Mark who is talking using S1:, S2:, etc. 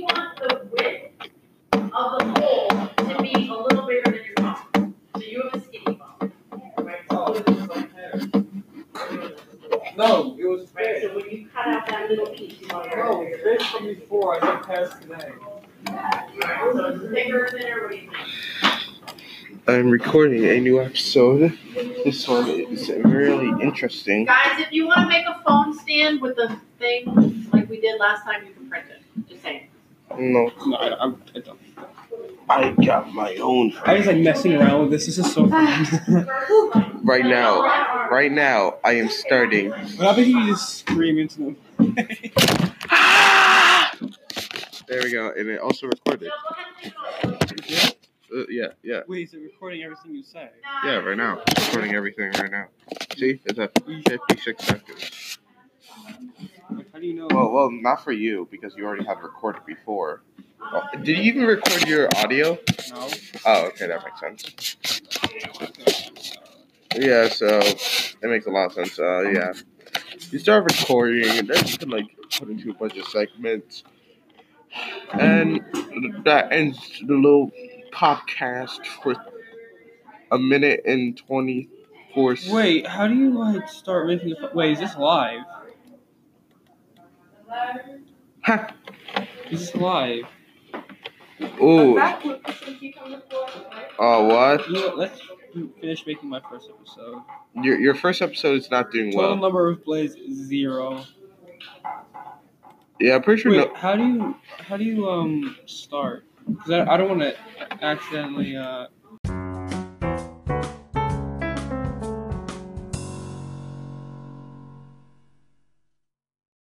S1: want the width of the pole to be a little bigger than your phone. So you have a skinny phone, right? So this is what-
S2: No, it was
S1: Right,
S2: fixed.
S1: so when you cut out that little piece, you want it
S2: No,
S1: bigger.
S2: it's fixed from before, I didn't pass today.
S1: Right, so it's thicker, thinner, what do you
S3: Mm-hmm.
S1: think?
S3: I'm recording a new episode. This one is really interesting.
S1: Guys, if you wanna make a phone stand with a thing like we did last time, you can print it, just saying.
S3: No,
S4: No, I, I'm, I don't.
S3: I got my own
S4: I was like messing around with this. This is so fun.
S3: right now. Right now, I am starting.
S4: what happens if you just scream into them?
S3: There we go, and it also recorded. Uh, yeah, yeah,
S4: Wait, is it recording everything you say?
S3: yeah. Right now, it's recording everything right now. See, it's at 56 seconds.
S4: Like, how do you know?
S3: Well, well, not for you because you already had recorded before. Well, did you even record your audio?
S4: no.
S3: Oh, okay, that makes sense. Yeah, so that makes a lot of sense. Uh, yeah, you start recording, and then you can like put into a bunch of segments, and that ends the little podcast for a minute and twenty four.
S4: Wait, how do you like start making a? Wait, is this live?
S3: Huh.
S4: Is this live?
S3: Ooh. Oh, what?
S4: You know, what, let's finish making my first episode.
S3: Your your first episode is not doing
S4: Total
S3: well.
S4: number of plays is zero.
S3: Yeah, I'm pretty sure.
S4: Wait,
S3: No-
S4: how do you how do you um start? Because I, I don't want to accidentally uh